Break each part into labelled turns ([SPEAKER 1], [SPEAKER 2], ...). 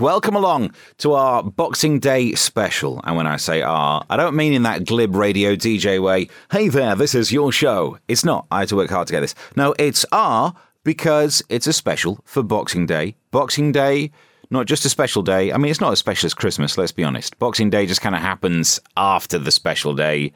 [SPEAKER 1] Welcome along to our Boxing Day special. And when I say our, I don't mean in that glib radio DJ way, hey there, this is your show. It's not. I had to work hard to get this. No, it's our because it's a special for Boxing Day. Boxing Day, not just a special day. I mean, it's not as special as Christmas, let's be honest. Boxing Day just kind of happens after the special day.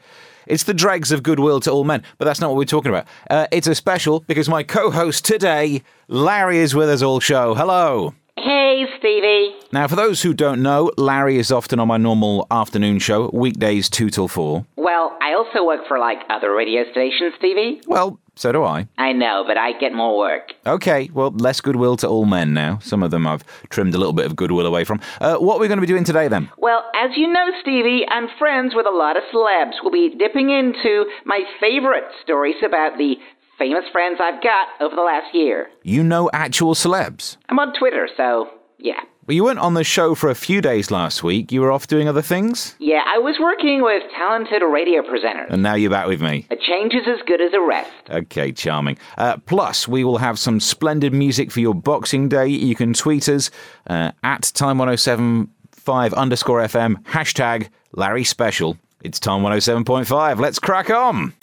[SPEAKER 1] It's the dregs of goodwill to all men, but that's not what we're talking about. Uh, it's a special because my co host today, Larry, is with us all show. Hello.
[SPEAKER 2] Hey, Stevie.
[SPEAKER 1] Now, for those who don't know, Larry is often on my normal afternoon show, weekdays 2 till 4.
[SPEAKER 2] Well, I also work for like other radio stations, Stevie.
[SPEAKER 1] Well, so do I.
[SPEAKER 2] I know, but I get more work.
[SPEAKER 1] Okay, well, less goodwill to all men now. Some of them I've trimmed a little bit of goodwill away from. Uh, what are we going to be doing today then?
[SPEAKER 2] Well, as you know, Stevie, I'm friends with a lot of celebs. We'll be dipping into my favorite stories about the famous friends I've got over the last year.
[SPEAKER 1] You know actual celebs.
[SPEAKER 2] I'm on Twitter, so yeah.
[SPEAKER 1] Well, you weren't on the show for a few days last week. You were off doing other things?
[SPEAKER 2] Yeah, I was working with talented radio presenters.
[SPEAKER 1] And now you're back with me.
[SPEAKER 2] A change is as good as a rest.
[SPEAKER 1] Okay, charming. Uh, plus, we will have some splendid music for your Boxing Day. You can tweet us uh, at time1075 underscore FM, hashtag Larry Special. It's time 107.5. Let's crack on.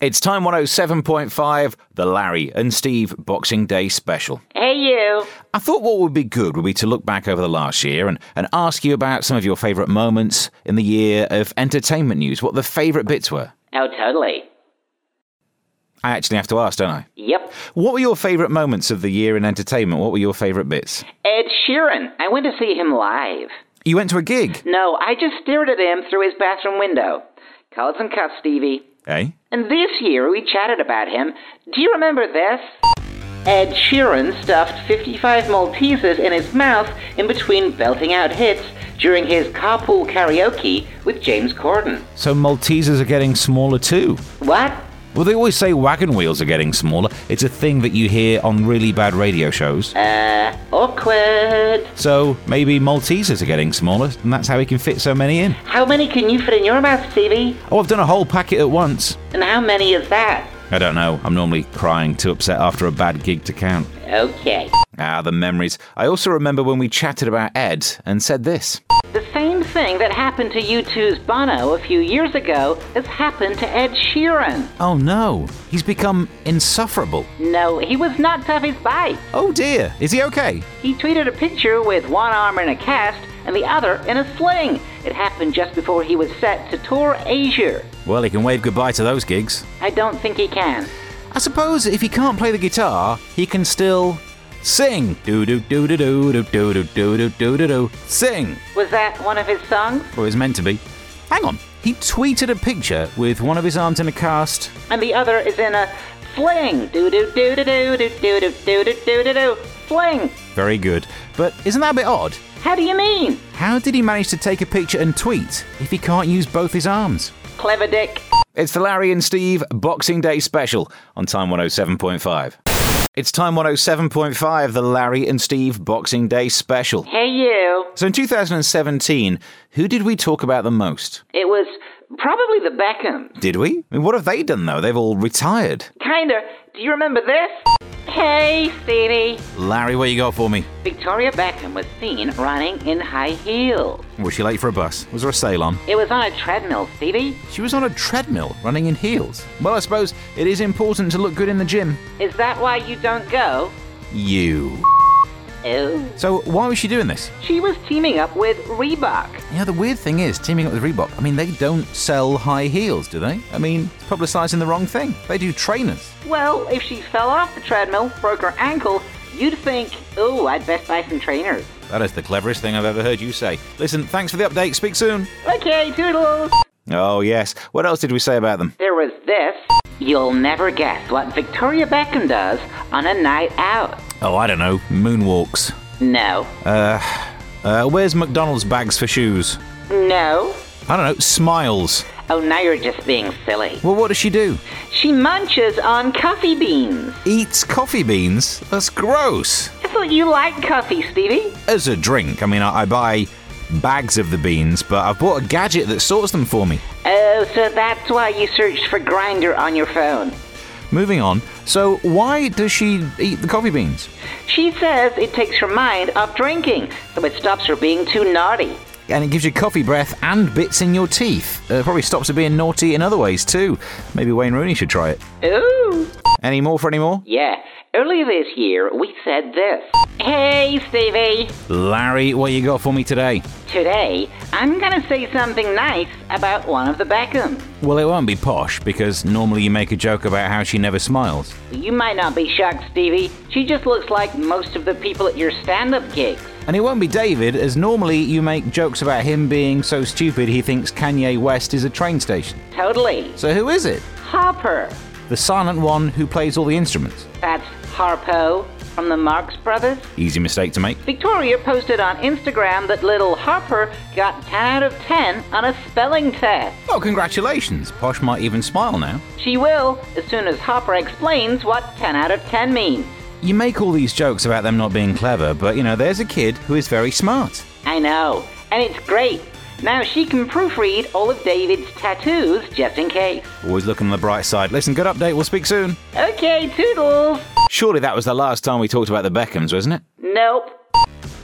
[SPEAKER 1] It's time 107.5, the Larry and Steve Boxing Day Special.
[SPEAKER 2] Hey, you.
[SPEAKER 1] I thought what would be good would be to look back over the last year and, and ask you about some of your favourite moments in the year of entertainment news, what the favourite bits were.
[SPEAKER 2] Oh, totally.
[SPEAKER 1] I actually have to ask, don't I?
[SPEAKER 2] Yep.
[SPEAKER 1] What were your favourite moments of the year in entertainment? What were your favourite bits?
[SPEAKER 2] Ed Sheeran. I went to see him live.
[SPEAKER 1] You went to a gig,
[SPEAKER 2] No, I just stared at him through his bathroom window. Collars and cuffs, Stevie.
[SPEAKER 1] eh?
[SPEAKER 2] And this year we chatted about him. Do you remember this? Ed Sheeran stuffed 55 Maltesers in his mouth in between belting out hits during his carpool karaoke with James Corden.
[SPEAKER 1] So Maltesers are getting smaller too.
[SPEAKER 2] What?
[SPEAKER 1] Well, they always say wagon wheels are getting smaller. It's a thing that you hear on really bad radio shows.
[SPEAKER 2] Uh, awkward.
[SPEAKER 1] So maybe Maltesers are getting smaller, and that's how he can fit so many in.
[SPEAKER 2] How many can you fit in your mouth, Stevie?
[SPEAKER 1] Oh, I've done a whole packet at once.
[SPEAKER 2] And how many is that?
[SPEAKER 1] I don't know. I'm normally crying too upset after a bad gig to count.
[SPEAKER 2] Okay.
[SPEAKER 1] Ah, the memories. I also remember when we chatted about Ed and said this.
[SPEAKER 2] The same thing that happened to U2's Bono a few years ago has happened to Ed Sheeran.
[SPEAKER 1] Oh no, he's become insufferable.
[SPEAKER 2] No, he was knocked off his bike.
[SPEAKER 1] Oh dear, is he okay?
[SPEAKER 2] He tweeted a picture with one arm in a cast and the other in a sling. It happened just before he was set to tour Asia.
[SPEAKER 1] Well, he can wave goodbye to those gigs.
[SPEAKER 2] I don't think he can.
[SPEAKER 1] I suppose if he can't play the guitar, he can still sing. Do do do do do do do do do do do do sing.
[SPEAKER 2] Was that one of his songs?
[SPEAKER 1] Or is meant to be. Hang on. He tweeted a picture with one of his arms in a cast.
[SPEAKER 2] And the other is in a sling. Do do do do do do do do do do do do do. Sling.
[SPEAKER 1] Very good. But isn't that a bit odd?
[SPEAKER 2] How do you mean?
[SPEAKER 1] How did he manage to take a picture and tweet if he can't use both his arms?
[SPEAKER 2] Clever Dick.
[SPEAKER 1] It's the Larry and Steve Boxing Day special on Time 107.5. It's Time 107.5, the Larry and Steve Boxing Day special.
[SPEAKER 2] Hey you.
[SPEAKER 1] So in 2017, who did we talk about the most?
[SPEAKER 2] It was probably the Beckhams.
[SPEAKER 1] Did we? I mean, what have they done though? They've all retired.
[SPEAKER 2] Kinda. Do you remember this? Hey, Stevie.
[SPEAKER 1] Larry, what you got for me?
[SPEAKER 2] Victoria Beckham was seen running in high heels.
[SPEAKER 1] Was she late for a bus? Was there a sale on?
[SPEAKER 2] It was on a treadmill, Stevie.
[SPEAKER 1] She was on a treadmill running in heels. Well, I suppose it is important to look good in the gym.
[SPEAKER 2] Is that why you don't go?
[SPEAKER 1] You.
[SPEAKER 2] Oh.
[SPEAKER 1] So why was she doing this?
[SPEAKER 2] She was teaming up with Reebok.
[SPEAKER 1] Yeah, the weird thing is, teaming up with Reebok, I mean, they don't sell high heels, do they? I mean, it's publicising the wrong thing. They do trainers.
[SPEAKER 2] Well, if she fell off the treadmill, broke her ankle, you'd think, oh, I'd best buy some trainers.
[SPEAKER 1] That is the cleverest thing I've ever heard you say. Listen, thanks for the update. Speak soon.
[SPEAKER 2] Okay, toodles.
[SPEAKER 1] Oh, yes. What else did we say about them?
[SPEAKER 2] There was this. You'll never guess what Victoria Beckham does on a night out.
[SPEAKER 1] Oh, I don't know. Moonwalks.
[SPEAKER 2] No.
[SPEAKER 1] Uh, where's McDonald's bags for shoes?
[SPEAKER 2] No.
[SPEAKER 1] I don't know. Smiles.
[SPEAKER 2] Oh, now you're just being silly.
[SPEAKER 1] Well, what does she do?
[SPEAKER 2] She munches on coffee beans.
[SPEAKER 1] Eats coffee beans? That's gross.
[SPEAKER 2] I thought you liked coffee, Stevie.
[SPEAKER 1] As a drink, I mean, I, I buy bags of the beans, but I've bought a gadget that sorts them for me.
[SPEAKER 2] Oh, so that's why you searched for Grinder on your phone.
[SPEAKER 1] Moving on. So, why does she eat the coffee beans?
[SPEAKER 2] She says it takes her mind off drinking, so it stops her being too naughty.
[SPEAKER 1] And it gives you coffee breath and bits in your teeth. Uh, probably stops her being naughty in other ways too. Maybe Wayne Rooney should try it.
[SPEAKER 2] Ooh.
[SPEAKER 1] Any more for any more?
[SPEAKER 2] Yeah. Earlier this year, we said this. Hey, Stevie.
[SPEAKER 1] Larry, what you got for me today?
[SPEAKER 2] Today, I'm gonna say something nice about one of the Beckhams.
[SPEAKER 1] Well, it won't be posh because normally you make a joke about how she never smiles.
[SPEAKER 2] You might not be shocked, Stevie. She just looks like most of the people at your stand-up gigs.
[SPEAKER 1] And it won't be David, as normally you make jokes about him being so stupid he thinks Kanye West is a train station.
[SPEAKER 2] Totally.
[SPEAKER 1] So who is it?
[SPEAKER 2] Hopper.
[SPEAKER 1] The silent one who plays all the instruments.
[SPEAKER 2] That's Harpo from the Marx Brothers.
[SPEAKER 1] Easy mistake to make.
[SPEAKER 2] Victoria posted on Instagram that little Harper got 10 out of 10 on a spelling test.
[SPEAKER 1] Oh, congratulations. Posh might even smile now.
[SPEAKER 2] She will as soon as Hopper explains what 10 out of 10 means.
[SPEAKER 1] You make all these jokes about them not being clever, but you know, there's a kid who is very smart.
[SPEAKER 2] I know, and it's great. Now she can proofread all of David's tattoos just in case.
[SPEAKER 1] Always looking on the bright side. Listen, good update. We'll speak soon.
[SPEAKER 2] Okay, toodles.
[SPEAKER 1] Surely that was the last time we talked about the Beckhams, wasn't it?
[SPEAKER 2] Nope.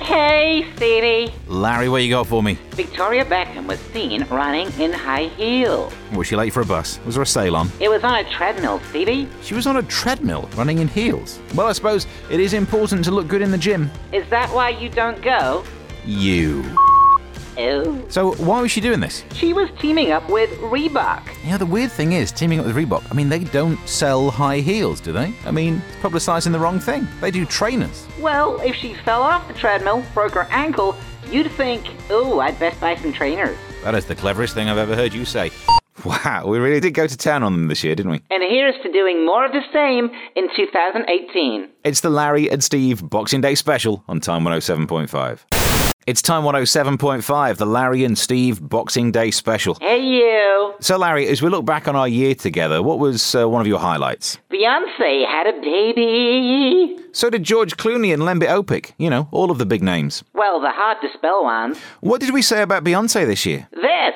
[SPEAKER 2] Hey, Stevie.
[SPEAKER 1] Larry, what you got for me?
[SPEAKER 2] Victoria Beckham was seen running in high heels.
[SPEAKER 1] Was she late for a bus? Was there a sale on?
[SPEAKER 2] It was on a treadmill, Stevie.
[SPEAKER 1] She was on a treadmill running in heels. Well, I suppose it is important to look good in the gym.
[SPEAKER 2] Is that why you don't go?
[SPEAKER 1] You.
[SPEAKER 2] Oh.
[SPEAKER 1] So, why was she doing this?
[SPEAKER 2] She was teaming up with Reebok.
[SPEAKER 1] You know, the weird thing is, teaming up with Reebok, I mean, they don't sell high heels, do they? I mean, it's publicising the wrong thing. They do trainers.
[SPEAKER 2] Well, if she fell off the treadmill, broke her ankle, you'd think, oh, I'd best buy some trainers.
[SPEAKER 1] That is the cleverest thing I've ever heard you say. Wow, we really did go to town on them this year, didn't we?
[SPEAKER 2] And here's to doing more of the same in 2018.
[SPEAKER 1] It's the Larry and Steve Boxing Day special on Time 107.5. It's Time 107.5, the Larry and Steve Boxing Day special.
[SPEAKER 2] Hey, you.
[SPEAKER 1] So, Larry, as we look back on our year together, what was uh, one of your highlights?
[SPEAKER 2] Beyonce had a baby.
[SPEAKER 1] So did George Clooney and Lembit Opik, you know, all of the big names.
[SPEAKER 2] Well, the hard to spell ones.
[SPEAKER 1] What did we say about Beyonce this year?
[SPEAKER 2] This.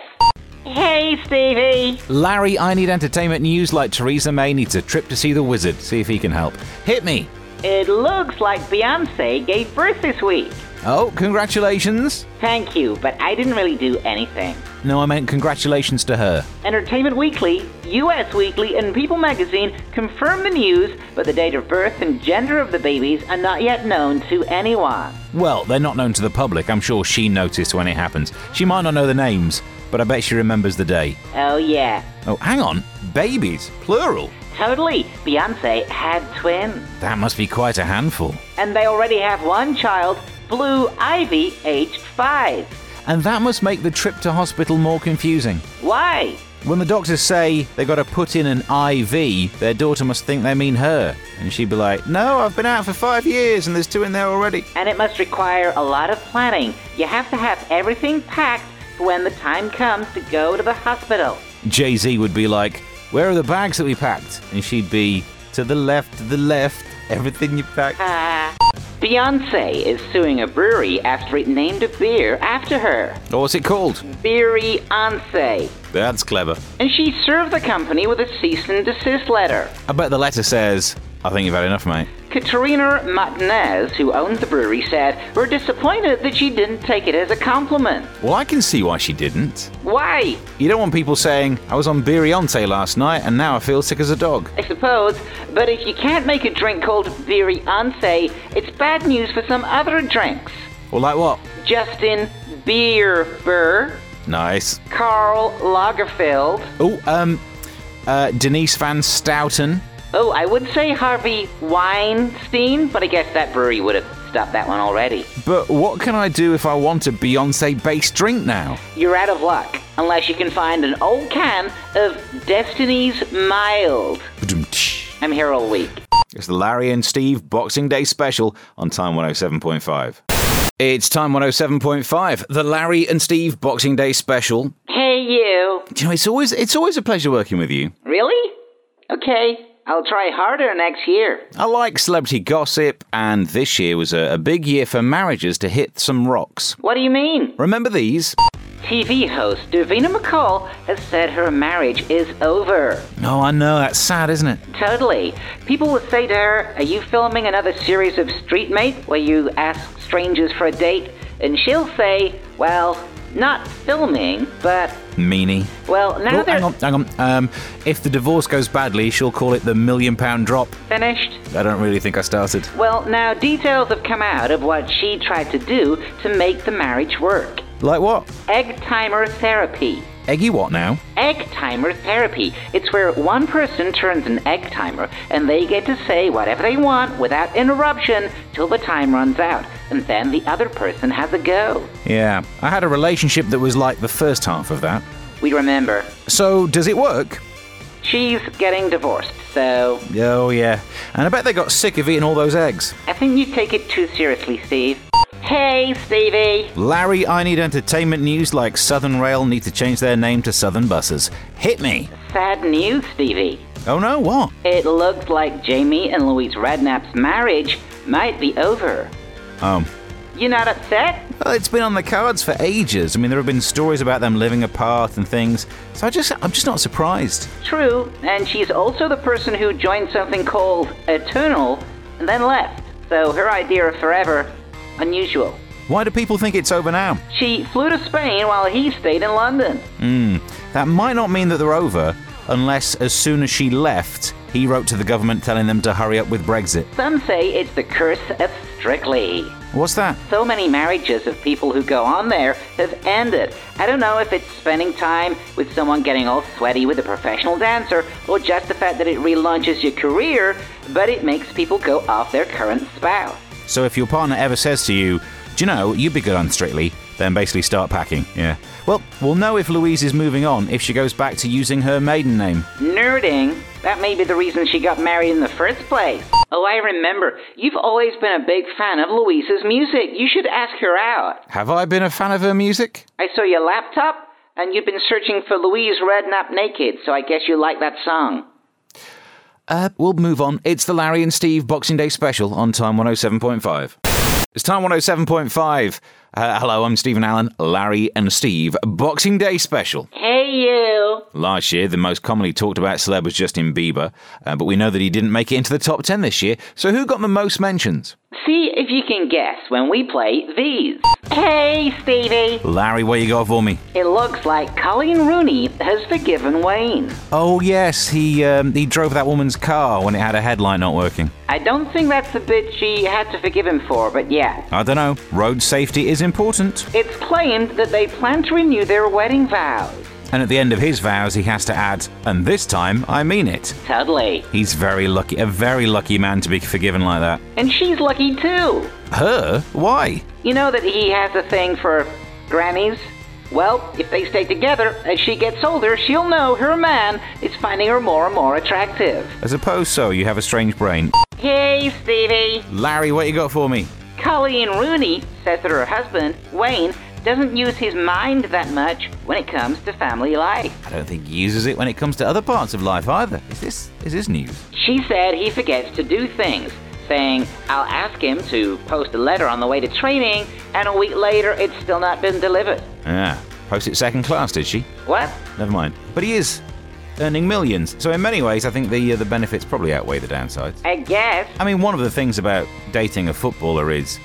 [SPEAKER 2] Hey, Stevie.
[SPEAKER 1] Larry, I need entertainment news like Theresa May needs a trip to see the wizard. See if he can help. Hit me.
[SPEAKER 2] It looks like Beyonce gave birth this week.
[SPEAKER 1] Oh, congratulations.
[SPEAKER 2] Thank you, but I didn't really do anything.
[SPEAKER 1] No, I meant congratulations to her.
[SPEAKER 2] Entertainment Weekly, US Weekly, and People magazine confirm the news, but the date of birth and gender of the babies are not yet known to anyone.
[SPEAKER 1] Well, they're not known to the public. I'm sure she noticed when it happens. She might not know the names, but I bet she remembers the day.
[SPEAKER 2] Oh, yeah.
[SPEAKER 1] Oh, hang on. Babies, plural.
[SPEAKER 2] Totally. Beyonce had twins.
[SPEAKER 1] That must be quite a handful.
[SPEAKER 2] And they already have one child, Blue Ivy, aged five.
[SPEAKER 1] And that must make the trip to hospital more confusing.
[SPEAKER 2] Why?
[SPEAKER 1] When the doctors say they got to put in an IV, their daughter must think they mean her. And she'd be like, No, I've been out for five years and there's two in there already.
[SPEAKER 2] And it must require a lot of planning. You have to have everything packed for when the time comes to go to the hospital.
[SPEAKER 1] Jay Z would be like, Where are the bags that we packed? And she'd be, To the left, to the left, everything you packed.
[SPEAKER 2] Ah. Beyonce is suing a brewery after it named a beer after her.
[SPEAKER 1] Or what's it called?
[SPEAKER 2] Beyonce.
[SPEAKER 1] That's clever.
[SPEAKER 2] And she served the company with a cease and desist letter.
[SPEAKER 1] I bet the letter says, I think you've had enough, mate.
[SPEAKER 2] Katerina Martinez, who owns the brewery, said, We're disappointed that she didn't take it as a compliment.
[SPEAKER 1] Well, I can see why she didn't.
[SPEAKER 2] Why?
[SPEAKER 1] You don't want people saying, I was on Beyonce last night and now I feel sick as a dog.
[SPEAKER 2] I suppose, but if you can't make a drink called Beyonce, it's bad news for some other drinks.
[SPEAKER 1] Well, like what?
[SPEAKER 2] Justin Bieber,
[SPEAKER 1] Nice.
[SPEAKER 2] Carl Lagerfeld.
[SPEAKER 1] Oh, um, uh, Denise Van Stouten.
[SPEAKER 2] Oh, I would say Harvey Weinstein, but I guess that brewery would have stopped that one already.
[SPEAKER 1] But what can I do if I want a Beyonce based drink now?
[SPEAKER 2] You're out of luck unless you can find an old can of Destiny's Mild.
[SPEAKER 1] It's
[SPEAKER 2] I'm here all week.
[SPEAKER 1] the Larry and Steve Boxing Day special on Time 107.5. It's Time 107.5, the Larry and Steve Boxing Day special.
[SPEAKER 2] Hey, you.
[SPEAKER 1] Do you know, it's always, it's always a pleasure working with you.
[SPEAKER 2] Really? Okay, I'll try harder next year.
[SPEAKER 1] I like celebrity gossip, and this year was a, a big year for marriages to hit some rocks.
[SPEAKER 2] What do you mean?
[SPEAKER 1] Remember these?
[SPEAKER 2] TV host Davina McCall has said her marriage is over.
[SPEAKER 1] Oh, I know. That's sad, isn't it?
[SPEAKER 2] Totally. People would say to her, Are you filming another series of Street Mate where you ask strangers for a date? And she'll say, Well, not filming, but,
[SPEAKER 1] Meanie.
[SPEAKER 2] well, now
[SPEAKER 1] Oh,
[SPEAKER 2] they're
[SPEAKER 1] hang on, hang on. Um, if the divorce goes badly, she'll call it the million pound drop.
[SPEAKER 2] finished.
[SPEAKER 1] I don't really think I started.
[SPEAKER 2] Well, now details have come out of what she tried to do to make the marriage work
[SPEAKER 1] Like what?
[SPEAKER 2] egg timer therapy.
[SPEAKER 1] Eggy what now?
[SPEAKER 2] Egg timer therapy. It's where one person turns an egg timer and they get to say whatever they want without interruption till the time runs out, and then the other person has a go.
[SPEAKER 1] Yeah, I had a relationship that was like the first half of that.
[SPEAKER 2] We remember.
[SPEAKER 1] So, does it work?
[SPEAKER 2] She's getting divorced, so
[SPEAKER 1] Oh, yeah. And I bet they got sick of eating all those eggs.
[SPEAKER 2] I think you take it too seriously, Steve. Hey, Stevie.
[SPEAKER 1] Larry, I need entertainment news like Southern Rail need to change their name to Southern Buses. Hit me.
[SPEAKER 2] Sad news, Stevie.
[SPEAKER 1] Oh no, what?
[SPEAKER 2] It looks like Jamie and Louise Redknapp's marriage might be over.
[SPEAKER 1] Um,
[SPEAKER 2] You not upset?
[SPEAKER 1] well, it's been on the cards for ages. I mean, there have been stories about them living apart and things. So I just, I'm just not surprised.
[SPEAKER 2] True, and she's also the person who joined something called Eternal and then left. So her idea of forever, unusual.
[SPEAKER 1] Why do people think it's over now?
[SPEAKER 2] She flew to Spain while he stayed in London.
[SPEAKER 1] That might not mean that they're over, unless as soon as she left, he wrote to the government telling them to hurry up with Brexit.
[SPEAKER 2] Some say it's the curse of Strictly.
[SPEAKER 1] What's that?
[SPEAKER 2] So many marriages of people who go on there have ended. I don't know if it's spending time with someone getting all sweaty with a professional dancer or just the fact that it relaunches your career, but it makes people go off their current spouse.
[SPEAKER 1] So if your partner ever says to you, do you know, you'd be good on Strictly, then basically start packing. Yeah. Well, we'll know if Louise is moving on if she goes back to using her maiden name.
[SPEAKER 2] Nerding? That may be the reason she got married in the first place. Oh, I remember. You've always been a big fan of Louise's music. You should ask her out.
[SPEAKER 1] Have I been a fan of her music?
[SPEAKER 2] I saw your laptop, and you've been searching for Louise Redknapp Naked, so I guess you like that song.
[SPEAKER 1] Uh, we'll move on. It's the Larry and Steve Boxing Day special on Time 107.5. It's Time 107.5. Uh, hello, I'm Stephen Allen, Larry and Steve Boxing Day special.
[SPEAKER 2] Hey, you.
[SPEAKER 1] Last year, the most commonly talked about celeb was Justin Bieber, uh, but we know that he didn't make it into the top 10 this year. So who got the most mentions?
[SPEAKER 2] See if you can guess when we play these. Hey, Stevie.
[SPEAKER 1] Larry, where you got for me?
[SPEAKER 2] It looks like Colleen Rooney has forgiven Wayne.
[SPEAKER 1] Oh yes, he um, he drove that woman's car when it had a headlight not working.
[SPEAKER 2] I don't think that's the bit she had to forgive him for, but yeah.
[SPEAKER 1] I don't know. Road safety is important,
[SPEAKER 2] It's claimed that they plan to renew their wedding vows.
[SPEAKER 1] and at the end of his vows, he has to add, "And this time, I mean it."
[SPEAKER 2] Totally.
[SPEAKER 1] He's very lucky, a very lucky man to be forgiven like that.
[SPEAKER 2] And she's lucky too.
[SPEAKER 1] Her? Why?
[SPEAKER 2] You know that he has a thing for grannies? Well, if they stay together, as she gets older, she'll know her man is finding her more and more attractive.
[SPEAKER 1] I suppose so. You have a strange brain.
[SPEAKER 2] Yay, Stevie!
[SPEAKER 1] Larry, what you got for me?
[SPEAKER 2] Colleen Rooney says that her husband, Wayne, doesn't use his mind that much when it comes to family life.
[SPEAKER 1] I don't think he uses it when it comes to other parts of life either. Is this is this news?
[SPEAKER 2] She said he forgets to do things, saying, I'll ask him to post a letter on the way to training, and a week later it's still not been delivered.
[SPEAKER 1] Ah, post it second class, did she?
[SPEAKER 2] What?
[SPEAKER 1] Never mind. But he is earning millions, so in many ways, I think the uh, the benefits probably outweigh the downsides.
[SPEAKER 2] I guess.
[SPEAKER 1] I mean, one of the things about dating a footballer is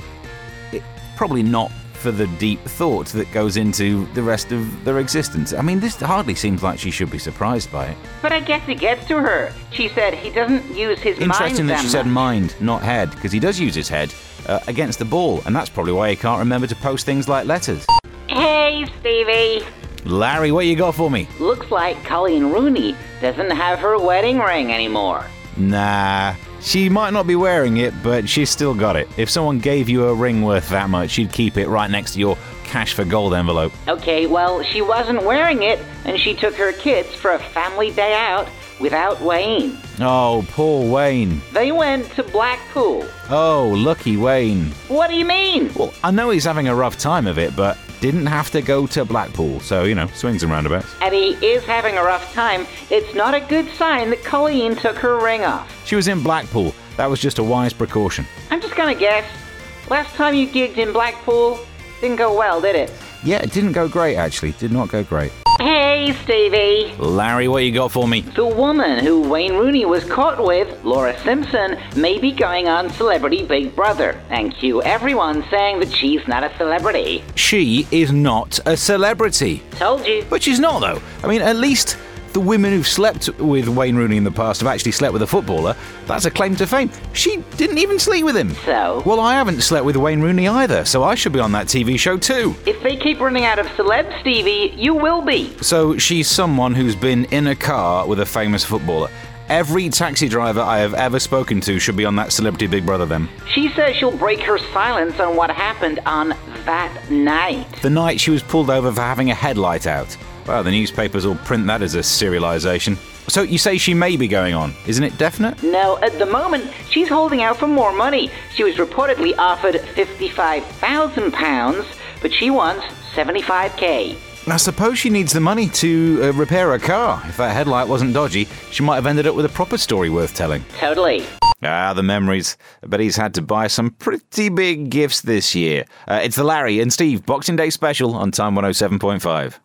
[SPEAKER 1] it, probably not for the deep thought that goes into the rest of their existence. I mean, this hardly seems like she should be surprised by it.
[SPEAKER 2] But I guess it gets to her. She said he doesn't use his
[SPEAKER 1] Interesting
[SPEAKER 2] mind
[SPEAKER 1] that
[SPEAKER 2] that
[SPEAKER 1] she said
[SPEAKER 2] much.
[SPEAKER 1] mind, not head, because he does use his head uh, against the ball, and that's probably why he can't remember to post things like letters.
[SPEAKER 2] Hey, Stevie.
[SPEAKER 1] Larry, what you got for me?
[SPEAKER 2] Looks like Colleen Rooney doesn't have her wedding ring anymore.
[SPEAKER 1] Nah, she might not be wearing it, but she's still got it. If someone gave you a ring worth that much, you'd keep it right next to your cash for gold envelope.
[SPEAKER 2] Okay, well, she wasn't wearing it, and she took her kids for a family day out without Wayne.
[SPEAKER 1] Oh, poor Wayne.
[SPEAKER 2] They went to Blackpool.
[SPEAKER 1] Oh, lucky Wayne.
[SPEAKER 2] What do you mean?
[SPEAKER 1] Well, I know he's having a rough time of it, but didn't have to go to Blackpool, so, you know, swings and roundabouts.
[SPEAKER 2] and he is having a rough time, it's not a good sign that Colleen took her ring off.
[SPEAKER 1] She was in Blackpool. That was just a wise precaution.
[SPEAKER 2] I'm just gonna guess. Last time you gigged in Blackpool, didn't go well, did it?
[SPEAKER 1] Yeah, it didn't go great, actually. Did not go great.
[SPEAKER 2] Hey, Stevie.
[SPEAKER 1] Larry, what you got for me?
[SPEAKER 2] The woman who Wayne Rooney was caught with, Laura Simpson, may be going on Celebrity Big Brother and cue everyone saying that she's not a celebrity.
[SPEAKER 1] She is not a celebrity.
[SPEAKER 2] Told you.
[SPEAKER 1] But she's not, though. I mean, at least the women who've slept with Wayne Rooney in the past have actually slept with a footballer. That's a claim to fame. She didn't even sleep with him.
[SPEAKER 2] So?
[SPEAKER 1] Well, I haven't slept with Wayne Rooney either, so I should be on that TV show too.
[SPEAKER 2] If they keep running out of celebs, Stevie, you will be.
[SPEAKER 1] So she's someone who's been in a car with a famous footballer. Every taxi driver I have ever spoken to should be on that Celebrity Big Brother then.
[SPEAKER 2] She says she'll break her silence on what happened on that night.
[SPEAKER 1] The night she was pulled over for having a headlight out. Well, the newspapers will print that as a serialization. So you say she may be going on. Isn't it definite?
[SPEAKER 2] No, at the moment, she's holding out for more money. She was reportedly offered £55,000, but she wants 75k.
[SPEAKER 1] I suppose she needs the money to uh, repair her car. If that headlight wasn't dodgy, she might have ended up with a proper story worth telling.
[SPEAKER 2] Totally.
[SPEAKER 1] Ah, the memories. But he's had to buy some pretty big gifts this year. Uh, it's the Larry and Steve Boxing Day special on Time 107.5.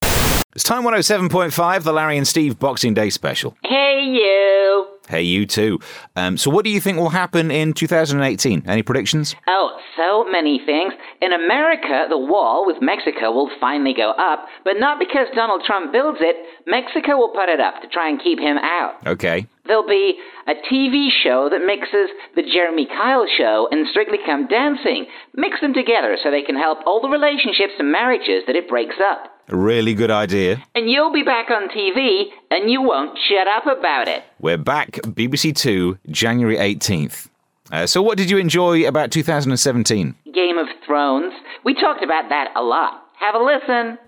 [SPEAKER 1] It's Time 107.5, the Larry and Steve Boxing Day special.
[SPEAKER 2] Hey, you.
[SPEAKER 1] Hey, you too. Um, so, what do you think will happen in 2018? Any predictions?
[SPEAKER 2] Oh, so many things. In America, the wall with Mexico will finally go up, but not because Donald Trump builds it. Mexico will put it up to try and keep him out.
[SPEAKER 1] Okay.
[SPEAKER 2] There'll be a TV show that mixes the Jeremy Kyle show and Strictly Come Dancing. Mix them together so they can help all the relationships and marriages that it breaks up.
[SPEAKER 1] Really good idea.
[SPEAKER 2] And you'll be back on TV and you won't shut up about it.
[SPEAKER 1] We're back, BBC Two, January 18th. Uh, so, what did you enjoy about 2017?
[SPEAKER 2] Game of Thrones. We talked about that a lot. Have a listen.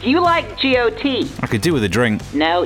[SPEAKER 2] Do you like GOT?
[SPEAKER 1] I could do with a drink.
[SPEAKER 2] No,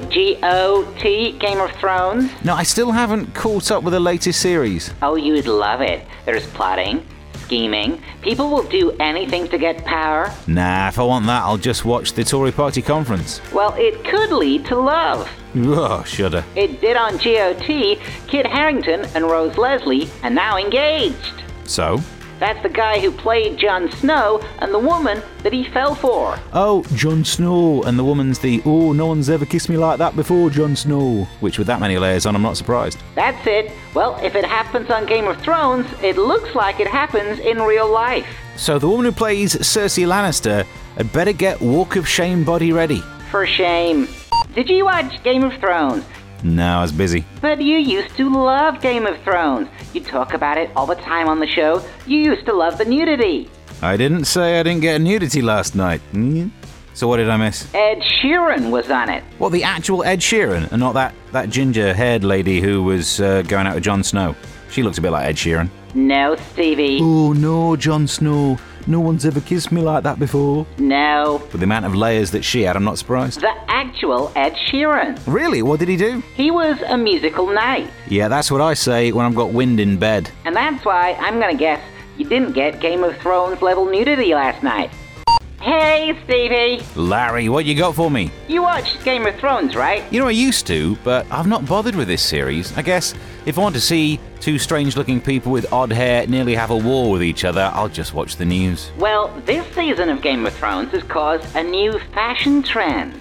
[SPEAKER 2] GOT, Game of Thrones?
[SPEAKER 1] No, I still haven't caught up with the latest series.
[SPEAKER 2] Oh, you'd love it. There's plotting, scheming. People will do anything to get power.
[SPEAKER 1] Nah, if I want that, I'll just watch the Tory party conference.
[SPEAKER 2] Well, it could lead to love.
[SPEAKER 1] Oh, shudder.
[SPEAKER 2] It did on GOT, Kit Harrington and Rose Leslie are now engaged.
[SPEAKER 1] So?
[SPEAKER 2] That's the guy who played Jon Snow and the woman that he fell for.
[SPEAKER 1] Oh, Jon Snow, and the woman's the, oh, no one's ever kissed me like that before, Jon Snow. Which, with that many layers on, I'm not surprised.
[SPEAKER 2] That's it. Well, if it happens on Game of Thrones, it looks like it happens in real life.
[SPEAKER 1] So, the woman who plays Cersei Lannister had better get Walk of Shame body ready.
[SPEAKER 2] For shame. Did you watch Game of Thrones?
[SPEAKER 1] No, I was busy.
[SPEAKER 2] But you used to love Game of Thrones. You talk about it all the time on the show. You used to love the nudity.
[SPEAKER 1] I didn't say I didn't get a nudity last night. Mm. So, what did I miss?
[SPEAKER 2] Ed Sheeran was on it.
[SPEAKER 1] What, the actual Ed Sheeran, and not that, that ginger haired lady who was uh, going out with Jon Snow? She looks a bit like Ed Sheeran.
[SPEAKER 2] No, Stevie.
[SPEAKER 1] Oh no, Jon Snow. No one's ever kissed me like that before.
[SPEAKER 2] No.
[SPEAKER 1] With the amount of layers that she had, I'm not surprised.
[SPEAKER 2] The actual Ed Sheeran.
[SPEAKER 1] Really? What did he do?
[SPEAKER 2] He was a musical knight.
[SPEAKER 1] Yeah, that's what I say when I've got wind in bed.
[SPEAKER 2] And that's why I'm gonna guess you didn't get Game of Thrones level nudity last night. Hey, Stevie.
[SPEAKER 1] Larry, what you got for me?
[SPEAKER 2] You watched Game of Thrones, right?
[SPEAKER 1] You know, I used to, but I've not bothered with this series. I guess if I want to see two strange looking people with odd hair nearly have a war with each other, I'll just watch the news.
[SPEAKER 2] Well, this season of Game of Thrones has caused a new fashion trend.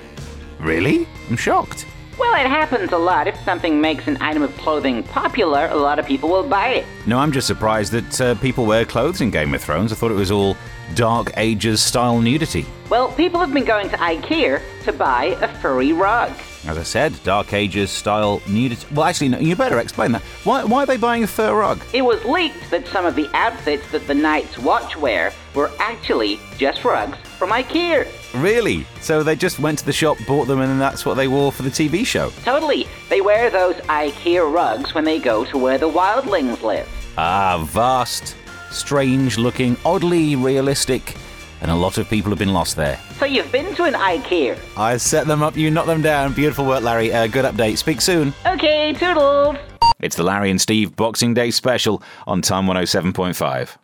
[SPEAKER 1] Really? I'm shocked.
[SPEAKER 2] Well, it happens a lot. If something makes an item of clothing popular, a lot of people will buy it.
[SPEAKER 1] No, I'm just surprised that uh, people wear clothes in Game of Thrones. I thought it was all Dark Ages style nudity.
[SPEAKER 2] Well, people have been going to IKEA to buy a furry rug.
[SPEAKER 1] As I said, Dark Ages style nudity. Well, actually, no, you better explain that. Why, why are they buying a fur rug?
[SPEAKER 2] It was leaked that some of the outfits that the Night's Watch wear were actually just rugs from IKEA.
[SPEAKER 1] Really? So they just went to the shop, bought them, and then that's what they wore for the TV show?
[SPEAKER 2] Totally, they wear those IKEA rugs when they go to where the wildlings live.
[SPEAKER 1] Ah, vast, strange looking, oddly realistic, and a lot of people have been lost there.
[SPEAKER 2] So you've been to an IKEA.
[SPEAKER 1] I set them up, you knock them down. Beautiful work, Larry. Uh, good update. Speak soon.
[SPEAKER 2] Okay, toodles.
[SPEAKER 1] It's the Larry and Steve Boxing Day special on Time 107.5.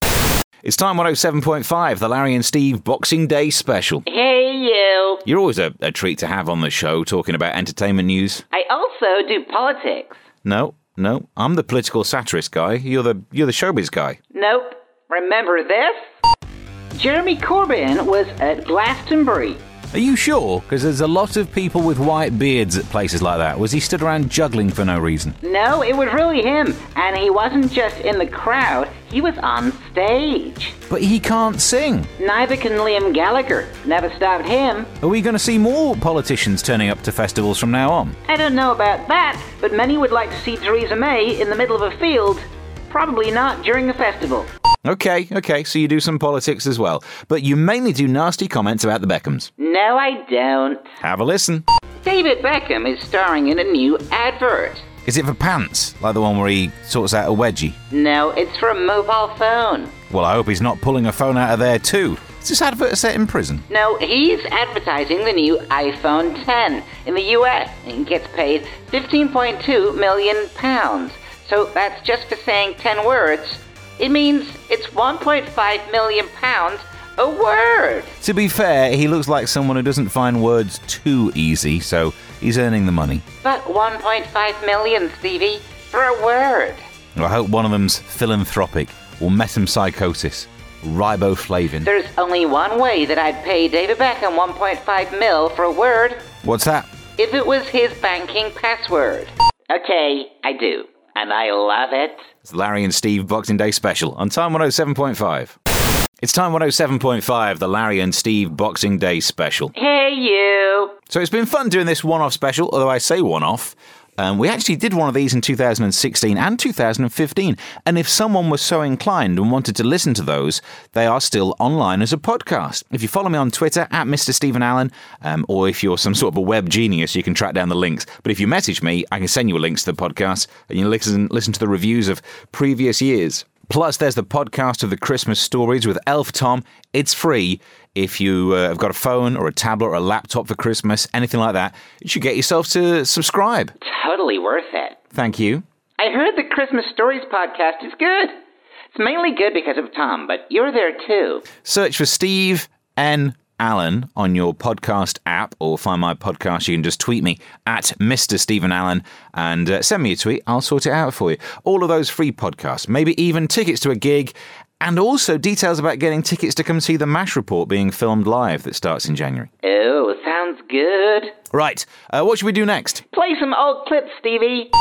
[SPEAKER 1] It's Time 107.5, the Larry and Steve Boxing Day special.
[SPEAKER 2] Hey, you.
[SPEAKER 1] You're always a, a treat to have on the show talking about entertainment news.
[SPEAKER 2] I also do politics.
[SPEAKER 1] No, no, I'm the political satirist guy. You're the you're the showbiz guy.
[SPEAKER 2] Nope. Remember this? Jeremy Corbyn was at Glastonbury.
[SPEAKER 1] Are you sure? Because there's a lot of people with white beards at places like that. Was he stood around juggling for no reason?
[SPEAKER 2] No, it was really him. And he wasn't just in the crowd, he was on stage.
[SPEAKER 1] But he can't sing.
[SPEAKER 2] Neither can Liam Gallagher. Never stopped him.
[SPEAKER 1] Are we going to see more politicians turning up to festivals from now on?
[SPEAKER 2] I don't know about that, but many would like to see Theresa May in the middle of a field. Probably not during the festival.
[SPEAKER 1] Okay, okay, so you do some politics as well. But you mainly do nasty comments about the Beckhams.
[SPEAKER 2] No, I don't.
[SPEAKER 1] Have a listen.
[SPEAKER 2] David Beckham is starring in a new advert.
[SPEAKER 1] Is it for pants? Like the one where he sorts out a wedgie?
[SPEAKER 2] No, it's for a mobile phone.
[SPEAKER 1] Well, I hope he's not pulling a phone out of there too. Is this advert set in prison?
[SPEAKER 2] No, he's advertising the new iPhone 10 in the US and gets paid 15.2 million pounds. So that's just for saying 10 words. It means it's 1.5 million pounds a word.
[SPEAKER 1] To be fair, he looks like someone who doesn't find words too easy, so he's earning the money.
[SPEAKER 2] But 1.5 million, Stevie, for a word.
[SPEAKER 1] I hope one of them's philanthropic or metempsychosis, riboflavin.
[SPEAKER 2] There's only one way that I'd pay David Beckham 1.5 mil for a word
[SPEAKER 1] What's that?
[SPEAKER 2] if it was his banking password. Okay, I do. And I love it.
[SPEAKER 1] It's Larry and Steve Boxing Day special on Time 107.5. It's Time 107.5, the Larry and Steve Boxing Day special.
[SPEAKER 2] Hey, you.
[SPEAKER 1] So it's been fun doing this one off special, although I say one off. Um, we actually did one of these in 2016 and 2015. And if someone was so inclined and wanted to listen to those, they are still online as a podcast. If you follow me on Twitter at Mr. Stephen Allen, um, or if you're some sort of a web genius, you can track down the links. But if you message me, I can send you a link to the podcast and you listen, listen to the reviews of previous years. Plus, there's the podcast of the Christmas stories with Elf Tom. It's free. If you uh, have got a phone or a tablet or a laptop for Christmas, anything like that, you should get yourself to subscribe.
[SPEAKER 2] Totally worth it.
[SPEAKER 1] Thank you.
[SPEAKER 2] I heard the Christmas Stories podcast is good. It's mainly good because of Tom, but you're there too.
[SPEAKER 1] Search for Steve N. Allen on your podcast app or find my podcast. You can just tweet me at Mr. Stephen Allen and uh, send me a tweet. I'll sort it out for you. All of those free podcasts, maybe even tickets to a gig, and also details about getting tickets to come see the MASH report being filmed live that starts in January.
[SPEAKER 2] Oh, sounds good.
[SPEAKER 1] Right, uh, what should we do next?
[SPEAKER 2] Play some old clips, Stevie.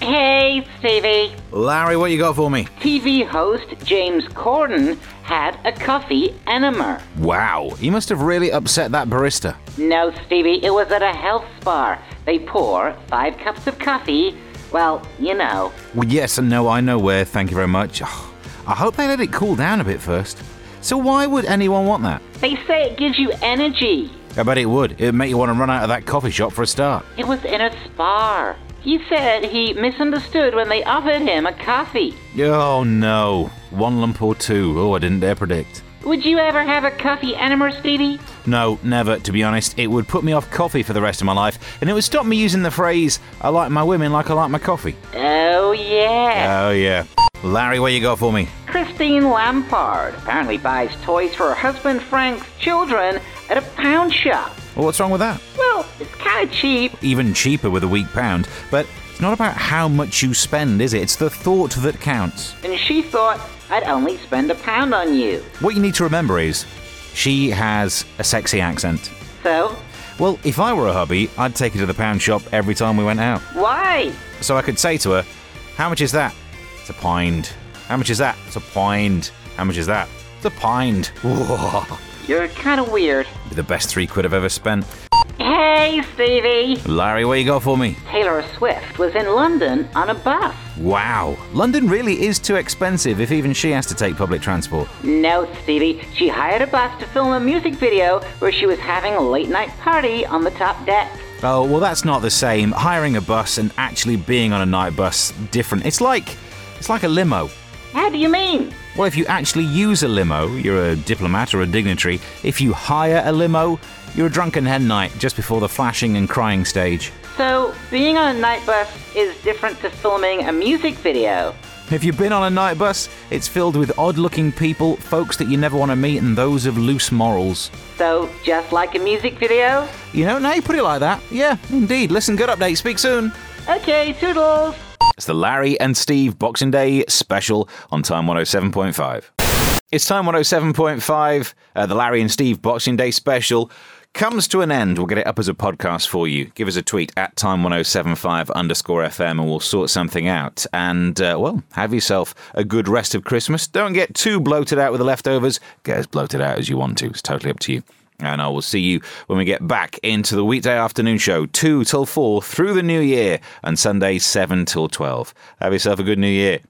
[SPEAKER 2] Hey, Stevie.
[SPEAKER 1] Larry, what you got for me?
[SPEAKER 2] TV host James Corden had a coffee enema.
[SPEAKER 1] Wow, you must have really upset that barista.
[SPEAKER 2] No, Stevie, it was at a health spa. They pour five cups of coffee. Well, you know.
[SPEAKER 1] Well, yes and no, I know where, thank you very much. Oh, I hope they let it cool down a bit first. So, why would anyone want that?
[SPEAKER 2] They say it gives you energy.
[SPEAKER 1] I bet it would. It'd make you want to run out of that coffee shop for a start.
[SPEAKER 2] It was in a spa. He said he misunderstood when they offered him a coffee.
[SPEAKER 1] Oh no, one lump or two. Oh, I didn't dare predict.
[SPEAKER 2] Would you ever have a coffee enema, Stevie?
[SPEAKER 1] No, never, to be honest. It would put me off coffee for the rest of my life, and it would stop me using the phrase, I like my women like I like my coffee.
[SPEAKER 2] Oh, yeah.
[SPEAKER 1] Oh, yeah. Larry, what you got for me?
[SPEAKER 2] Christine Lampard apparently buys toys for her husband Frank's children at a pound shop.
[SPEAKER 1] Well, what's wrong with that?
[SPEAKER 2] Well, it's kind of cheap.
[SPEAKER 1] even cheaper with a weak pound, but it's not about how much you spend, is it? It's the thought that counts.
[SPEAKER 2] And she thought, I'd only spend a pound on you.
[SPEAKER 1] What you need to remember is she has a sexy accent.
[SPEAKER 2] So,
[SPEAKER 1] Well, if I were a hubby, I'd take her to the pound shop every time we went out.
[SPEAKER 2] why?
[SPEAKER 1] So I could say to her, How much is that? It's a pint. How much is that? It's a pint. How much is that? It's a pint. Whoa.
[SPEAKER 2] You're kind of weird.
[SPEAKER 1] Be the best three quid I've ever spent.
[SPEAKER 2] Hey, Stevie!
[SPEAKER 1] Larry, what you got for me?
[SPEAKER 2] Taylor Swift was in London on a bus.
[SPEAKER 1] Wow. London really is too expensive if even she has to take public transport.
[SPEAKER 2] No, Stevie, she hired a bus to film a music video where she was having a late night party on the top deck.
[SPEAKER 1] Oh, well, that's not the same. Hiring a bus and actually being on a night bus, different. It's like it's like a limo.
[SPEAKER 2] How do you mean?
[SPEAKER 1] Well, if you actually use a limo, you're a diplomat or a dignitary. If you hire a limo, you're a drunken hen night just before the flashing and crying stage.
[SPEAKER 2] So, being on a night bus is different to filming a music video.
[SPEAKER 1] If you've been on a night bus, it's filled with odd-looking people, folks that you never want to meet, and those of loose morals.
[SPEAKER 2] So, just like a music video?
[SPEAKER 1] You know, now you put it like that. Yeah, indeed. Listen, good update. Speak soon.
[SPEAKER 2] Okay, toodles!
[SPEAKER 1] oh It's the Larry and Steve Boxing Day special on Time 107.5. It's time 107.5, uh, the Larry and Steve Boxing Day special comes to an end. We'll get it up as a podcast for you. Give us a tweet at time1075 underscore FM and we'll sort something out. And, uh, well, have yourself a good rest of Christmas. Don't get too bloated out with the leftovers. Get as bloated out as you want to. It's totally up to you. And I will see you when we get back into the weekday afternoon show, 2 till 4 through the new year, and Sunday, 7 till 12. Have yourself a good new year.